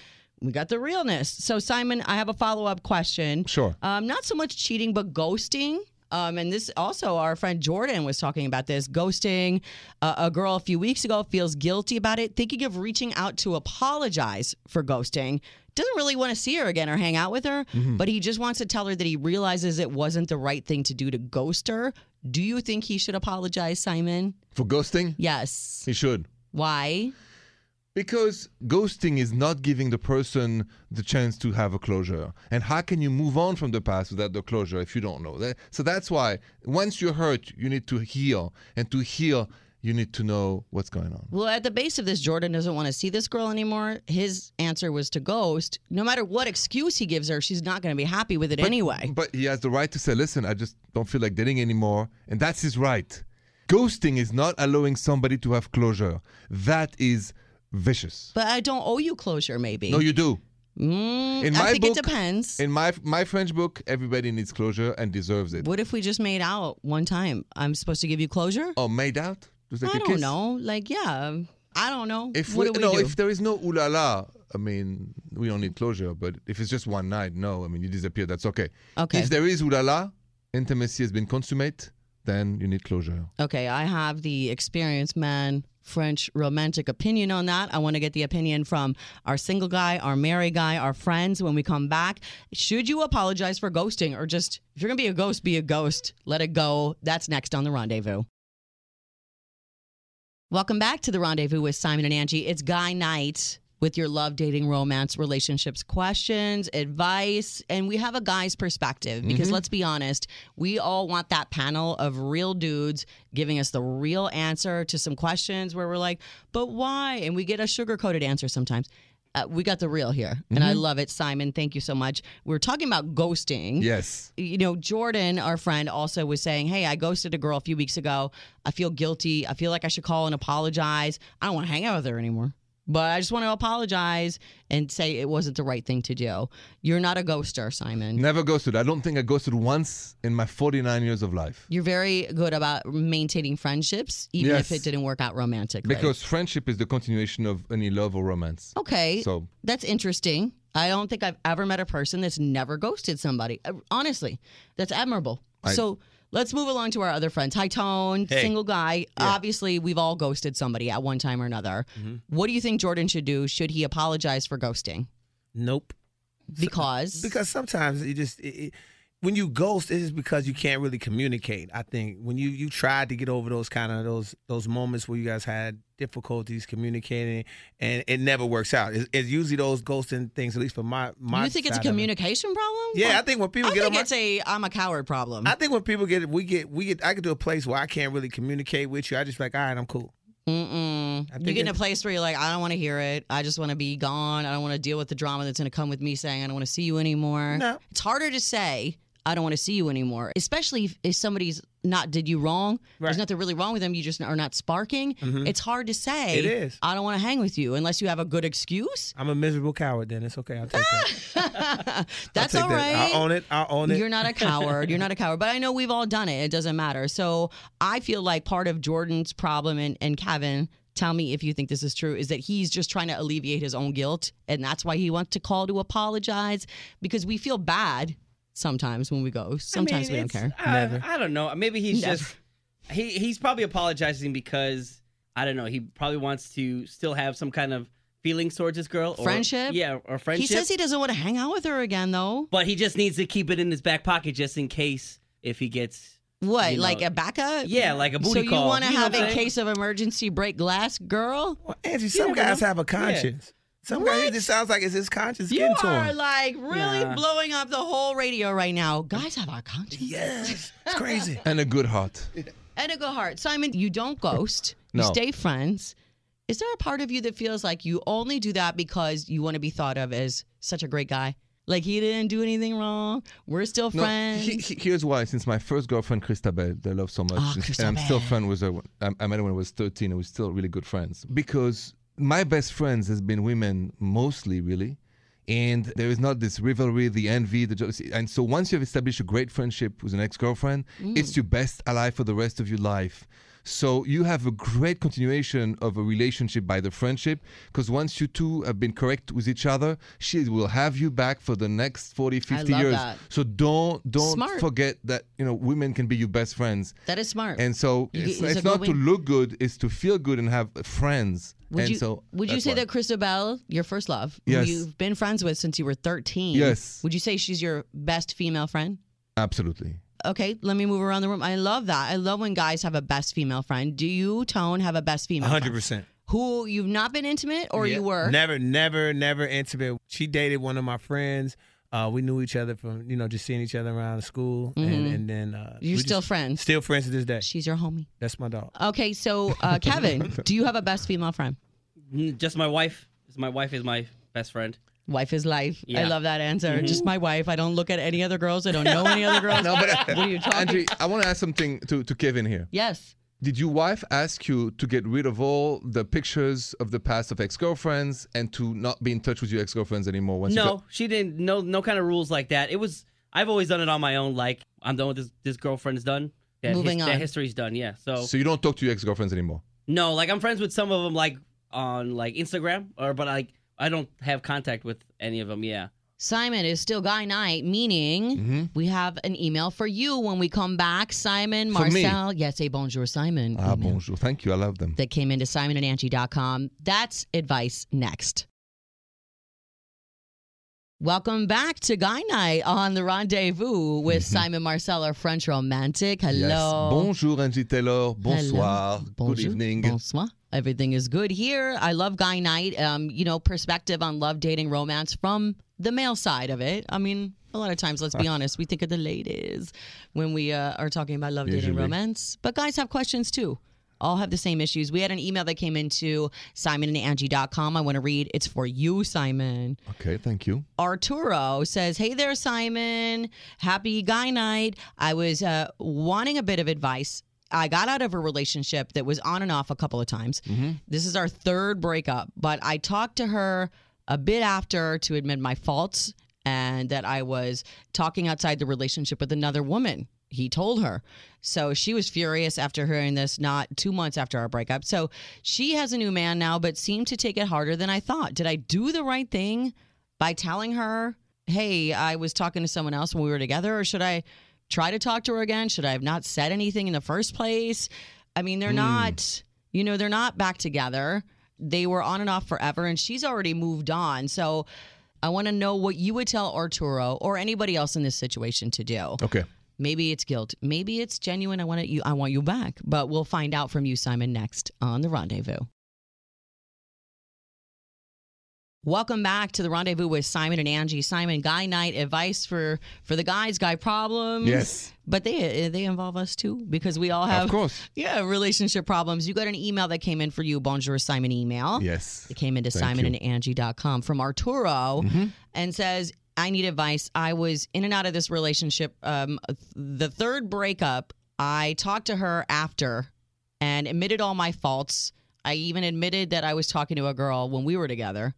[SPEAKER 2] We got the realness. So, Simon, I have a follow up question.
[SPEAKER 3] Sure.
[SPEAKER 2] Um, not so much cheating, but ghosting. Um, and this also, our friend Jordan was talking about this ghosting. Uh, a girl a few weeks ago feels guilty about it, thinking of reaching out to apologize for ghosting. Doesn't really want to see her again or hang out with her, but he just wants to tell her that he realizes it wasn't the right thing to do to ghost her. Do you think he should apologize, Simon?
[SPEAKER 3] For ghosting,
[SPEAKER 2] Yes.
[SPEAKER 3] he should.
[SPEAKER 2] Why?
[SPEAKER 3] Because ghosting is not giving the person the chance to have a closure. And how can you move on from the past without the closure if you don't know that? So that's why once you're hurt, you need to heal. And to heal, you need to know what's going on.
[SPEAKER 2] Well, at the base of this, Jordan doesn't want to see this girl anymore. His answer was to ghost. No matter what excuse he gives her, she's not going to be happy with it anyway.
[SPEAKER 3] But he has the right to say, listen, I just don't feel like dating anymore. And that's his right. Ghosting is not allowing somebody to have closure. That is vicious.
[SPEAKER 2] But I don't owe you closure, maybe.
[SPEAKER 3] No, you do.
[SPEAKER 2] mm,
[SPEAKER 3] in
[SPEAKER 2] I
[SPEAKER 3] my
[SPEAKER 2] think it
[SPEAKER 3] book-
[SPEAKER 2] depends.
[SPEAKER 3] In my my French book, everybody needs closure and deserves it.
[SPEAKER 2] what if we just made out one time? I'm supposed to give you closure?
[SPEAKER 3] Oh, made out? Just like
[SPEAKER 2] I
[SPEAKER 3] a
[SPEAKER 2] don't
[SPEAKER 3] kiss?
[SPEAKER 2] know. Like, yeah, I don't know.
[SPEAKER 3] If
[SPEAKER 2] what
[SPEAKER 3] we,
[SPEAKER 2] do we
[SPEAKER 3] no,
[SPEAKER 2] do?
[SPEAKER 3] if there is no ooh la la, I mean, we don't need closure. But if it's just one night, no. I mean, you disappear. That's okay.
[SPEAKER 2] Okay.
[SPEAKER 3] If there is ooh la la, intimacy has been consummate. Then you need closure.
[SPEAKER 2] Okay, I have the experienced man French romantic opinion on that. I want to get the opinion from our single guy, our married guy, our friends when we come back. Should you apologize for ghosting or just, if you're going to be a ghost, be a ghost? Let it go. That's next on The Rendezvous. Welcome back to The Rendezvous with Simon and Angie. It's Guy Night with your love, dating, romance, relationships questions, advice, and we have a guy's perspective because let's be honest, we all want that panel of real dudes giving us the real answer to some questions where we're like, but why? And we get a sugar coated answer sometimes. Uh, we got the real here, and I love it, Simon. Thank you so much. We We're talking about ghosting
[SPEAKER 3] Yes.
[SPEAKER 2] you know, Jordan, our friend, also was saying, Hey, I ghosted a girl a few weeks ago. I feel guilty. I feel like I should call and apologize. I don't want to hang out with her anymore, but I just want to apologize and say it wasn't the right thing to do. You're not a ghoster, Simon.
[SPEAKER 3] Never ghosted. I don't think I ghosted once in my 49 years of life.
[SPEAKER 2] You're very good about maintaining friendships, even
[SPEAKER 3] Yes.
[SPEAKER 2] if it didn't work out romantically.
[SPEAKER 3] Because friendship is the continuation of any love or romance.
[SPEAKER 2] okay,
[SPEAKER 3] So
[SPEAKER 2] that's interesting. I don't think I've ever met a person that's never ghosted somebody. Uh, Honestly, that's admirable.
[SPEAKER 3] I-
[SPEAKER 2] so let's move along to our other friends. High tone, single guy. Obviously, we've all ghosted somebody at one time or another.
[SPEAKER 5] Mm-hmm.
[SPEAKER 2] What do you think Jordan should do? Should he apologize for ghosting?
[SPEAKER 5] Nope.
[SPEAKER 2] Because
[SPEAKER 5] Because sometimes you just it, it, when you ghost, it's because you can't really communicate. I think when you you tried to get over those kind of those those moments where you guys had difficulties communicating, and it never works out. It's, it's usually those ghosting things. At least for my my.
[SPEAKER 2] you think it's a
[SPEAKER 5] side of it.
[SPEAKER 2] communication problem?
[SPEAKER 5] Yeah, I think when people
[SPEAKER 2] I
[SPEAKER 5] get on
[SPEAKER 2] think
[SPEAKER 5] my,
[SPEAKER 2] it's a I'm a coward problem.
[SPEAKER 5] I think when people get we get we get I get to a place where I can't really communicate with you. I just be like, all right, I'm cool.
[SPEAKER 2] Mm-mm.
[SPEAKER 5] I
[SPEAKER 2] You
[SPEAKER 5] think
[SPEAKER 2] get in a
[SPEAKER 5] it's-
[SPEAKER 2] place where you're like, I don't want to hear it. I just want to be gone. I don't want to deal with the drama that's going to come with me saying I don't want to see you anymore.
[SPEAKER 5] No.
[SPEAKER 2] It's harder to say I don't want to see you anymore. Especially if, if somebody's not did you wrong. There's
[SPEAKER 6] Right.
[SPEAKER 2] nothing really wrong with them. You just are not sparking. It's hard to say.
[SPEAKER 5] Mm-hmm. It is.
[SPEAKER 2] I don't want to hang with you unless you have a good excuse.
[SPEAKER 5] I'm a miserable coward. Then it's okay. I'll take that.
[SPEAKER 2] That's
[SPEAKER 5] I'll
[SPEAKER 2] all
[SPEAKER 5] take
[SPEAKER 2] right.
[SPEAKER 5] that. I own it. I own it.
[SPEAKER 2] You're not a coward. You're not a coward. But I know we've all done it. It doesn't matter. So I feel like part of Jordan's problem and, and Kevin, tell me if you think this is true, is that he's just trying to alleviate his own guilt. And that's why he wants to call to apologize because we feel bad sometimes when we go. Sometimes
[SPEAKER 6] I mean,
[SPEAKER 2] we don't
[SPEAKER 6] it's-
[SPEAKER 2] care.
[SPEAKER 6] I,
[SPEAKER 5] Never.
[SPEAKER 6] I don't know. Maybe he's
[SPEAKER 2] Never.
[SPEAKER 6] just he he's probably apologizing because I don't know. He probably wants to still have some kind of feelings towards this girl, or,
[SPEAKER 2] Friendship?
[SPEAKER 6] Yeah, or friendship.
[SPEAKER 2] He says he doesn't want to hang out with her again, though.
[SPEAKER 6] but he just needs to keep it in his back pocket just in case if he gets
[SPEAKER 2] What,
[SPEAKER 6] You know-
[SPEAKER 2] like a backup?
[SPEAKER 6] yeah, like a
[SPEAKER 2] So
[SPEAKER 6] booty
[SPEAKER 2] you
[SPEAKER 6] call.
[SPEAKER 2] want to
[SPEAKER 6] know
[SPEAKER 2] have
[SPEAKER 6] what I'm
[SPEAKER 2] a
[SPEAKER 6] saying?
[SPEAKER 2] case of emergency break glass, girl?
[SPEAKER 5] Well, Angie, some
[SPEAKER 6] never
[SPEAKER 5] guys
[SPEAKER 6] know.
[SPEAKER 5] have a conscience. Some guys, it just sounds like it's his conscience
[SPEAKER 2] You
[SPEAKER 5] getting to
[SPEAKER 2] are
[SPEAKER 5] him.
[SPEAKER 2] like really
[SPEAKER 6] Nah.
[SPEAKER 2] blowing up the whole radio right now. Guys have our conscience.
[SPEAKER 5] Yes, it's crazy.
[SPEAKER 3] And a good heart.
[SPEAKER 2] And a good heart. Simon, you don't ghost. You
[SPEAKER 3] No.
[SPEAKER 2] stay friends. Is there a part of you that feels like you only do that because you want to be thought of as such a great guy? Like he didn't do anything wrong. We're still friends.
[SPEAKER 3] he- he- here's why. Since my first girlfriend, Christabel, that I love so much,
[SPEAKER 2] Ah,
[SPEAKER 3] and- and I'm still
[SPEAKER 2] Christabel.
[SPEAKER 3] friends with her. when- I, I met her when I was 13, and we're still really good friends. Because my best friends has been women, mostly, really. And there is not this rivalry, the envy, the jealousy. And so once you have established a great friendship with an ex-girlfriend,
[SPEAKER 2] Mm.
[SPEAKER 3] it's your best ally for the rest of your life. So you have a great continuation of a relationship by the friendship, because once you two have been correct with each other, she will have you back for the next 40, 50
[SPEAKER 2] love
[SPEAKER 3] years.
[SPEAKER 2] that.
[SPEAKER 3] So don't don't
[SPEAKER 2] Smart.
[SPEAKER 3] forget that you know women can be your best friends.
[SPEAKER 2] that is smart.
[SPEAKER 3] And so
[SPEAKER 2] You-
[SPEAKER 3] it's,
[SPEAKER 2] is
[SPEAKER 3] it's
[SPEAKER 2] it
[SPEAKER 3] not
[SPEAKER 2] what
[SPEAKER 3] to
[SPEAKER 2] we-
[SPEAKER 3] look good; it's to feel good and have friends.
[SPEAKER 2] would
[SPEAKER 3] and
[SPEAKER 2] you
[SPEAKER 3] so
[SPEAKER 2] would you
[SPEAKER 3] that's
[SPEAKER 2] say
[SPEAKER 3] why.
[SPEAKER 2] that Christabel, your first love,
[SPEAKER 3] Yes.
[SPEAKER 2] who you've been friends with since you were thirteen?
[SPEAKER 3] Yes.
[SPEAKER 2] Would you say she's your best female friend?
[SPEAKER 3] Absolutely.
[SPEAKER 2] Okay, let me move around the room. I love that. I love when guys have a best female friend. Do you, Tone, have a best female? friend?
[SPEAKER 5] 100%.
[SPEAKER 2] Who you've not been intimate or
[SPEAKER 5] Yeah.
[SPEAKER 2] you were?
[SPEAKER 5] Never, never, never intimate. She dated one of my friends. Uh, we knew each other from, you know, just seeing each other around school. And, and then. Uh,
[SPEAKER 2] You're
[SPEAKER 5] we
[SPEAKER 2] Mm-hmm. still
[SPEAKER 5] just-
[SPEAKER 2] friends.
[SPEAKER 5] Still friends to this day.
[SPEAKER 2] She's your homie.
[SPEAKER 5] That's my dog.
[SPEAKER 2] Okay, so uh, Kevin, do you have a best female friend?
[SPEAKER 6] Mm, just my wife. My wife is my best friend.
[SPEAKER 2] Wife is life. I
[SPEAKER 6] Yeah.
[SPEAKER 2] love that answer. Just my wife. I don't look at any other girls. I don't know any other girls.
[SPEAKER 3] No, but
[SPEAKER 2] what are you talking?
[SPEAKER 3] Andre, I want to ask something to, to Kevin here.
[SPEAKER 2] yes.
[SPEAKER 3] Did your wife ask you to get rid of all the pictures of the past of ex-girlfriends and to not be in touch with your ex-girlfriends anymore? Once you
[SPEAKER 6] No,
[SPEAKER 3] got-
[SPEAKER 6] she didn't. No, no kind of rules like that. It was. I've always done it on my own. Like I'm done with this. This girlfriend's done. That
[SPEAKER 2] Moving on.
[SPEAKER 6] That history's done. Yeah. So,
[SPEAKER 3] so you don't talk to your ex-girlfriends anymore.
[SPEAKER 6] no, like I'm friends with some of them, like on like Instagram, or but like I don't have contact with any of them. Yeah.
[SPEAKER 2] Simon is still guy night, meaning
[SPEAKER 3] Mm-hmm.
[SPEAKER 2] we have an email for you when we come back. Simon,
[SPEAKER 3] For me?
[SPEAKER 2] Marcel, yes, a bonjour, Simon.
[SPEAKER 3] Ah,
[SPEAKER 2] email
[SPEAKER 3] bonjour. Thank you. I love them.
[SPEAKER 2] That came into simonandangie.com. That's advice next. Welcome back to Guy Night on the Rendezvous with Simon Marcel, our French romantic. Hello.
[SPEAKER 3] Mm-hmm. Yes. Bonjour, Angie Taylor. Bonsoir. Good
[SPEAKER 2] Bonjour.
[SPEAKER 3] evening.
[SPEAKER 2] Bonsoir. Everything is good here. I love Guy Night. Um, you know, perspective on love, dating, romance from the male side of it. I mean, a lot of times, let's be honest, we think of the ladies when we uh, are talking about love, dating,
[SPEAKER 3] Usually.
[SPEAKER 2] romance. But guys have questions too. All have the same issues. We had an email that came into simonandangie.com. I want to read. It's for you, Simon.
[SPEAKER 3] Okay, thank you.
[SPEAKER 2] Arturo says, Hey there, Simon. Happy guy night. I was uh, wanting a bit of advice. I got out of a relationship that was on and off a couple of times. This is our third breakup, but I talked to her a bit after to admit my faults and that I was talking outside the relationship with another woman. He told her. So she was furious after hearing this, not two months after our breakup. So she has a new man now, but seemed to take it harder than I thought. Did I do the right thing? by telling her, hey, I was talking to someone else when we were together? Or should I try to talk to her again? Should I have not said anything in the first place? I mean, they're not, you know, they're not back together. They were on and off forever, and she's already moved on. So I want to know what you would tell Arturo or anybody else in this situation to do.
[SPEAKER 3] Okay.
[SPEAKER 2] Maybe it's guilt. Maybe it's genuine. I want it- you. I want you back. But we'll find out from you, Simon, next on the Rendezvous. Welcome back to the Rendezvous with Simon and Angie. Simon, guy night advice for for the guys, guy problems.
[SPEAKER 3] Yes.
[SPEAKER 2] but they they involve us too because we all have
[SPEAKER 3] Of course.
[SPEAKER 2] yeah relationship problems. You got an email that came in for you, Bonjour Simon email.
[SPEAKER 3] Yes.
[SPEAKER 2] It came into
[SPEAKER 3] Oh. Thank
[SPEAKER 2] Simon
[SPEAKER 3] you. Mm-hmm.
[SPEAKER 2] and Angie.com from Arturo and says, I need advice. I was in and out of this relationship. Um, the third breakup, I talked to her after and admitted all my faults. I even admitted that I was talking to a girl when we were together.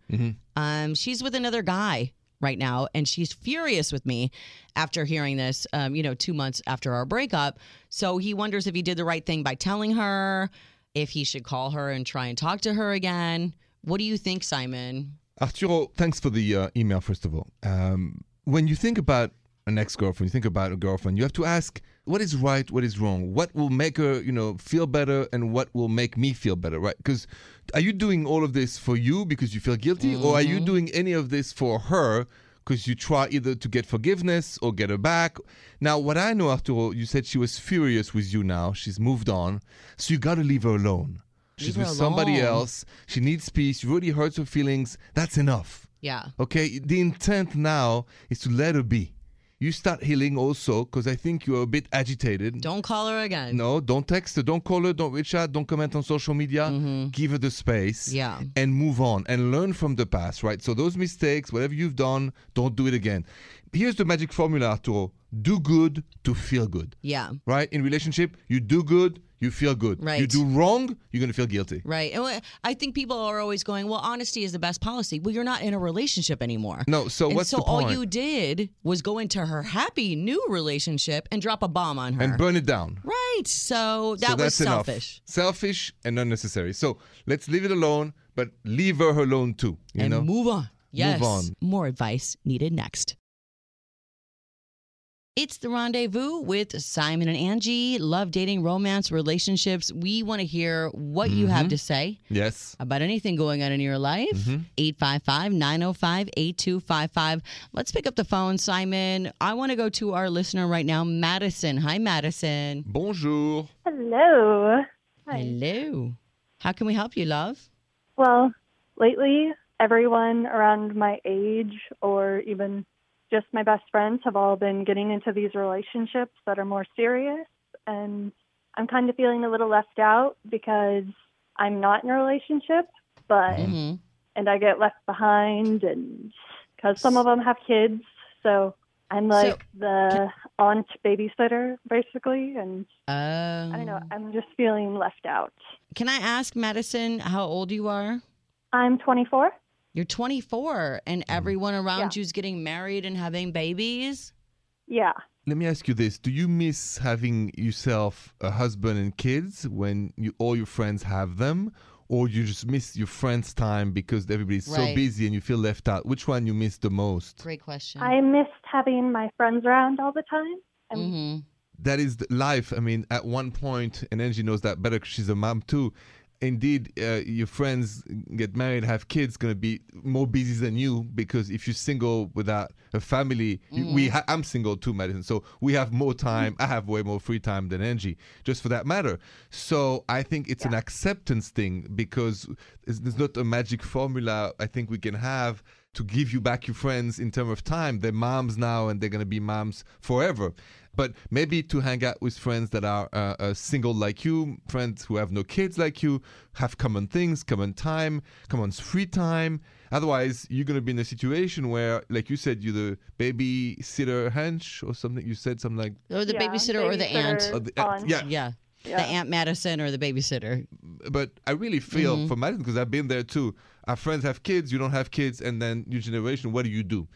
[SPEAKER 2] Um, she's with another guy right now, and she's furious with me after hearing this, um, you know, two months after our breakup. So he wonders if he did the right thing by telling her, if he should call her and try and talk to her again. What do you think, Simon?
[SPEAKER 3] Arturo, thanks for the uh, email, first of all. Um, when you think about an ex girlfriend, you think about a girlfriend, you have to ask what is right, what is wrong, what will make her, you know, feel better, and what will make me feel better, right? Because are you doing all of this for you because you feel guilty, or are you doing any of this for her? Because you try either to get forgiveness or get her back. Now, what I know, Arturo, you said she was furious with you now. She's moved on. So you got to leave her alone. She's
[SPEAKER 2] her
[SPEAKER 3] with somebody
[SPEAKER 2] alone.
[SPEAKER 3] else. She needs peace. You already hurt her feelings. That's enough.
[SPEAKER 2] Yeah.
[SPEAKER 3] Okay, the intent now is to let her be. You start healing also because I think you're a bit agitated.
[SPEAKER 2] Don't call her again.
[SPEAKER 3] No, don't text her, don't call her, don't reach out, don't comment on social media. Give her the space.
[SPEAKER 2] Mm-hmm. Yeah.
[SPEAKER 3] And move on and learn from the past, right? So those mistakes, whatever you've done, don't do it again. Here's the magic formula, Arturo. Do good to feel good.
[SPEAKER 2] Yeah.
[SPEAKER 3] Right? In relationship, you do good, you feel good. You
[SPEAKER 2] Right.
[SPEAKER 3] do wrong, you're gonna feel guilty.
[SPEAKER 2] Right. And wh- I think people are always going, well, honesty is the best policy. Well, you're not in a relationship anymore.
[SPEAKER 3] No, so
[SPEAKER 2] and
[SPEAKER 3] what's
[SPEAKER 2] so
[SPEAKER 3] the point?
[SPEAKER 2] all you did was go into her happy new relationship and drop a bomb on her.
[SPEAKER 3] and burn it down.
[SPEAKER 2] right. So that
[SPEAKER 3] so
[SPEAKER 2] was
[SPEAKER 3] that's enough.
[SPEAKER 2] selfish.
[SPEAKER 3] Selfish and unnecessary. So let's leave it alone, but leave her alone too. You
[SPEAKER 2] and
[SPEAKER 3] know?
[SPEAKER 2] move on. Yes.
[SPEAKER 3] on.
[SPEAKER 2] More advice needed next. It's the rendezvous with Simon and Angie. Love, dating, romance, relationships. We want to hear what you
[SPEAKER 3] Mm-hmm.
[SPEAKER 2] have to say.
[SPEAKER 3] yes.
[SPEAKER 2] about anything going on in your life.
[SPEAKER 3] Mm-hmm.
[SPEAKER 2] 855 905 8255. Let's pick up the phone, Simon. I want to go to our listener right now, Madison. Hi, Madison.
[SPEAKER 3] Bonjour.
[SPEAKER 7] Hello.
[SPEAKER 2] Hello. How can we help you, love?
[SPEAKER 7] Well, lately, everyone around my age or even just my best friends have all been getting into these relationships that are more serious. And I'm kind of feeling a little left out because I'm not in a relationship, but,
[SPEAKER 2] Mhm.
[SPEAKER 7] and I get left behind, and because some of them have kids. So I'm like the aunt babysitter, basically. And
[SPEAKER 2] Um,
[SPEAKER 7] I don't know, I'm just feeling left out.
[SPEAKER 2] Can I ask, Madison, how old you are?
[SPEAKER 7] I'm 24.
[SPEAKER 2] You're 24, and
[SPEAKER 7] Mm-hmm.
[SPEAKER 2] everyone around
[SPEAKER 7] Yeah.
[SPEAKER 2] you is getting married and having babies.
[SPEAKER 7] Yeah.
[SPEAKER 3] Let me ask you this. Do you miss having yourself a husband and kids when you, all your friends have them? Or you just miss your friends' time because everybody's so
[SPEAKER 2] Right.
[SPEAKER 3] busy and you feel left out? Which one you miss the most?
[SPEAKER 2] Great question.
[SPEAKER 7] I missed having my friends around all the time. And
[SPEAKER 2] Mhm.
[SPEAKER 3] that is the life. I mean, at one point, and Angie knows that better 'cause she's a mom too. Indeed, uh, your friends get married, have kids, gonna be more busy than you because if you're single without a family, you- we ha- I'm single too, Madison. So we have more time. I have way more free time than Angie, just for that matter. So I think it's an acceptance thing because it's- there's not a magic formula. I think we can have to give you back your friends in terms of time. They're moms now and they're going to be moms forever. But maybe to hang out with friends that are uh, uh, single like you, friends who have no kids like you, have common things, common time, common free time. Otherwise, you're going to be in a situation where, like you said, you're the babysitter hench or something. You said something like,
[SPEAKER 2] Or the
[SPEAKER 7] Yeah,
[SPEAKER 2] babysitter or the aunt.
[SPEAKER 7] babysitter.
[SPEAKER 3] Oh, the- uh,
[SPEAKER 7] Aunt.
[SPEAKER 3] yeah,
[SPEAKER 2] Yeah. The Aunt Madison or the babysitter.
[SPEAKER 3] but I really feel
[SPEAKER 2] Mm-hmm.
[SPEAKER 3] for Madison because I've been there too. Our friends have kids, you don't have kids, and then your generation, what do you do?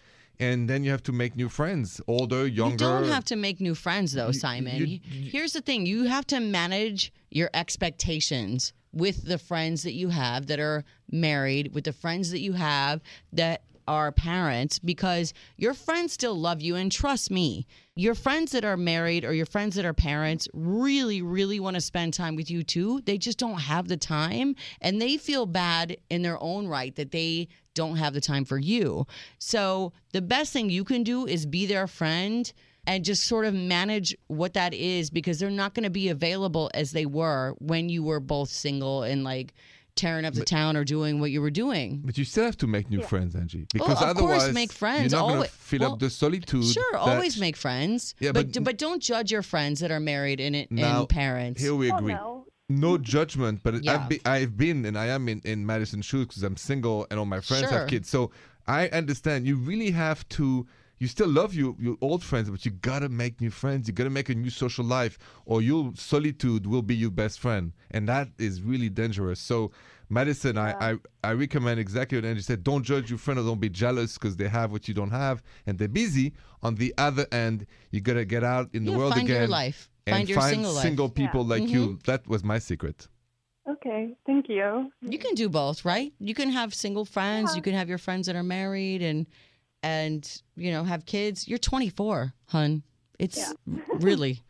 [SPEAKER 3] And then you have to make new friends, older, younger.
[SPEAKER 2] You don't have to make new friends, though, Simon.
[SPEAKER 3] you-
[SPEAKER 2] Here's the thing you have to manage your expectations with the friends that you have that are married, with the friends that you have that are parents, because your friends still love you. And trust me, your friends that are married or your friends that are parents really, really want to spend time with you too. They just don't have the time and they feel bad in their own right that they don't have the time for you. So the best thing you can do is be their friend and just sort of manage what that is because they're not going to be available as they were when you were both single and like tearing up the town or doing what you were doing.
[SPEAKER 3] But you still have to make new friends, Angie. Because
[SPEAKER 2] of course,
[SPEAKER 3] otherwise,
[SPEAKER 2] make friends,
[SPEAKER 3] You're not going
[SPEAKER 2] alwa-
[SPEAKER 3] to fill
[SPEAKER 2] well,
[SPEAKER 3] up the solitude.
[SPEAKER 2] Sure,
[SPEAKER 3] that-
[SPEAKER 2] always make friends.
[SPEAKER 3] Yeah,
[SPEAKER 2] but
[SPEAKER 3] but-
[SPEAKER 2] but, don't judge your friends that are married and, and
[SPEAKER 3] Now,
[SPEAKER 2] parents.
[SPEAKER 3] Here we
[SPEAKER 7] Oh,
[SPEAKER 3] agree.
[SPEAKER 7] no.
[SPEAKER 3] No judgment, but
[SPEAKER 2] Yeah.
[SPEAKER 3] I've, be, I've been and I am in, in Madison's shoes because I'm single and all my friends
[SPEAKER 2] Sure.
[SPEAKER 3] have kids. So I I understand. You really have to. You still love your, your old friends, but you gotta make new friends. You gotta make a new social life, or your solitude will be your best friend, and that is really dangerous. So, Madison, I, I I recommend exactly what Angie said. Don't judge your friend, or don't be jealous because they have what you don't have, and they're busy. On the other end, you gotta get out in the
[SPEAKER 2] Yeah,
[SPEAKER 3] world
[SPEAKER 2] find your
[SPEAKER 3] again.
[SPEAKER 2] life.
[SPEAKER 3] and
[SPEAKER 2] Find your single life. Mm-hmm.
[SPEAKER 3] people like you. That was my secret.
[SPEAKER 7] Okay, thank you.
[SPEAKER 2] You can do both, right? You can have single friends. You can have your friends that are married and and you know have kids. You're 24, hun. It's really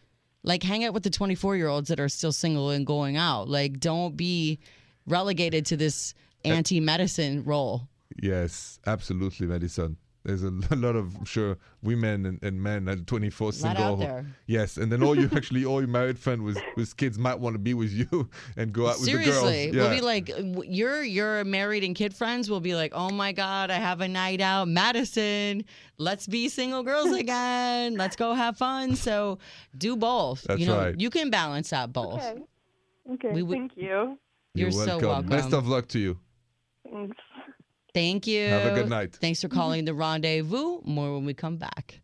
[SPEAKER 2] like hang out with the 24 year olds that are still single and going out. Like don't be relegated to this anti medicine role.
[SPEAKER 3] Yes, absolutely, Madison. There's a l- lot of I'm sure women and, and men at 24
[SPEAKER 2] Lot out
[SPEAKER 3] single.
[SPEAKER 2] there.
[SPEAKER 3] Yes, and then all you actually all your married friend with with kids might want to be with you and go out uh, with the girls.
[SPEAKER 2] Seriously,
[SPEAKER 3] Yeah.
[SPEAKER 2] we'll be like w- your your married and kid friends will be like, oh my god, I have a night out, Madison. Let's be single girls again. Let's go have fun. So do both.
[SPEAKER 3] That's
[SPEAKER 2] you know,
[SPEAKER 3] right.
[SPEAKER 2] you can balance out both.
[SPEAKER 7] Okay, okay,
[SPEAKER 2] We would-
[SPEAKER 7] thank you.
[SPEAKER 2] You're, so welcome.
[SPEAKER 3] Best of luck to you.
[SPEAKER 7] Thanks.
[SPEAKER 2] Thank you.
[SPEAKER 3] Have a good night.
[SPEAKER 2] Thanks for calling the rendezvous. More when we come back.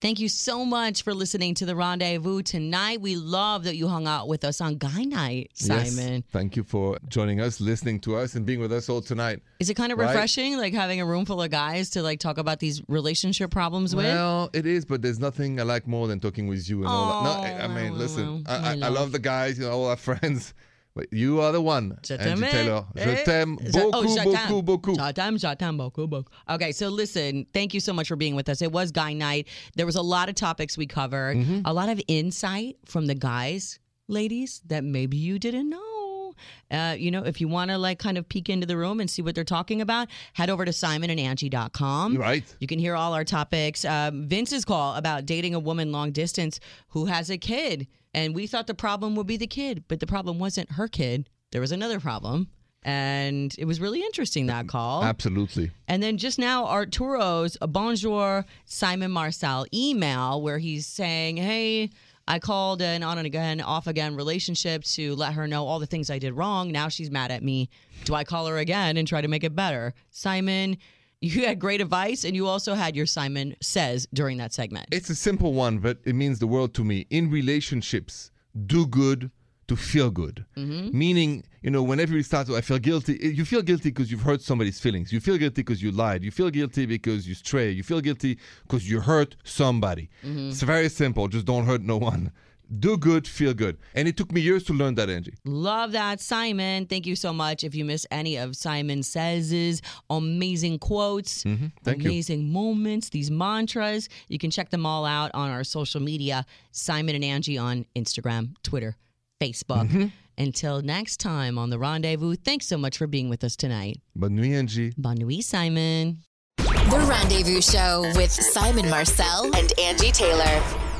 [SPEAKER 2] Thank you so much for listening to the rendezvous tonight. We love that you hung out with us on Guy Night,
[SPEAKER 3] Yes,
[SPEAKER 2] Simon.
[SPEAKER 3] Thank you for joining us, listening to us, and being with us all tonight.
[SPEAKER 2] Is it kind of
[SPEAKER 3] Right?
[SPEAKER 2] refreshing, like having a room full of guys to like talk about these relationship problems with?
[SPEAKER 3] Well, it is, but there's nothing I like more than talking with you and all that. No, I, I
[SPEAKER 2] Oh, wow,
[SPEAKER 3] mean,
[SPEAKER 2] wow,
[SPEAKER 3] listen,
[SPEAKER 2] wow.
[SPEAKER 3] I, I,
[SPEAKER 2] My
[SPEAKER 3] I
[SPEAKER 2] love.
[SPEAKER 3] love the guys, you know, all our friends. But you are the one,
[SPEAKER 2] Je
[SPEAKER 3] Angie
[SPEAKER 2] t'aimais.
[SPEAKER 3] Taylor. Je
[SPEAKER 2] Eh?
[SPEAKER 3] t'aime
[SPEAKER 2] Je-
[SPEAKER 3] beaucoup,
[SPEAKER 2] oh, je
[SPEAKER 3] beaucoup,
[SPEAKER 2] t'aime.
[SPEAKER 3] beaucoup.
[SPEAKER 2] Je t'aime, je t'aime beaucoup, beaucoup. Okay, so listen, thank you so much for being with us. It was guy night. There was a lot of topics we covered,
[SPEAKER 3] Mm-hmm.
[SPEAKER 2] a lot of insight from the guys, ladies, that maybe you didn't know. Uh, you know, if you want to like kind of peek into the room and see what they're talking about, head over to simonandangie.com.
[SPEAKER 3] Right.
[SPEAKER 2] You can hear all our topics. Um, Vince's call about dating a woman long distance who has a kid. And we thought the problem would be the kid, but the problem wasn't her kid. There was another problem. And it was really interesting that call.
[SPEAKER 3] Absolutely.
[SPEAKER 2] And then just now, Arturo's Bonjour Simon Marcel email, where he's saying, Hey, I called an on and again, off again relationship to let her know all the things I did wrong. Now she's mad at me. Do I call her again and try to make it better? Simon, you had great advice, and you also had your Simon says during that segment.
[SPEAKER 3] It's a simple one, but it means the world to me. In relationships, do good to feel good. Meaning, you know, whenever you start to, I feel guilty, eh, you feel guilty because you've hurt somebody's feelings. You feel guilty because you lied. You feel guilty because you stray. You feel guilty because you hurt somebody. It's very simple. Just don't hurt no one. Do good, feel good. And it took me years to learn that, Angie.
[SPEAKER 2] Love that, Simon. Thank you so much. If you miss any of Simon Says' amazing quotes,
[SPEAKER 3] Mm-hmm. Thank you.
[SPEAKER 2] amazing moments, these mantras, you can check them all out on our social media Simon and Angie on Instagram, Twitter, Facebook.
[SPEAKER 3] Mm-hmm.
[SPEAKER 2] Until next time on The Rendezvous, thanks so much for being with us tonight.
[SPEAKER 3] But me, Angie.
[SPEAKER 2] Bon nuit, Simon.
[SPEAKER 1] The Rendezvous Show with Simon Marcel and Angie Taylor.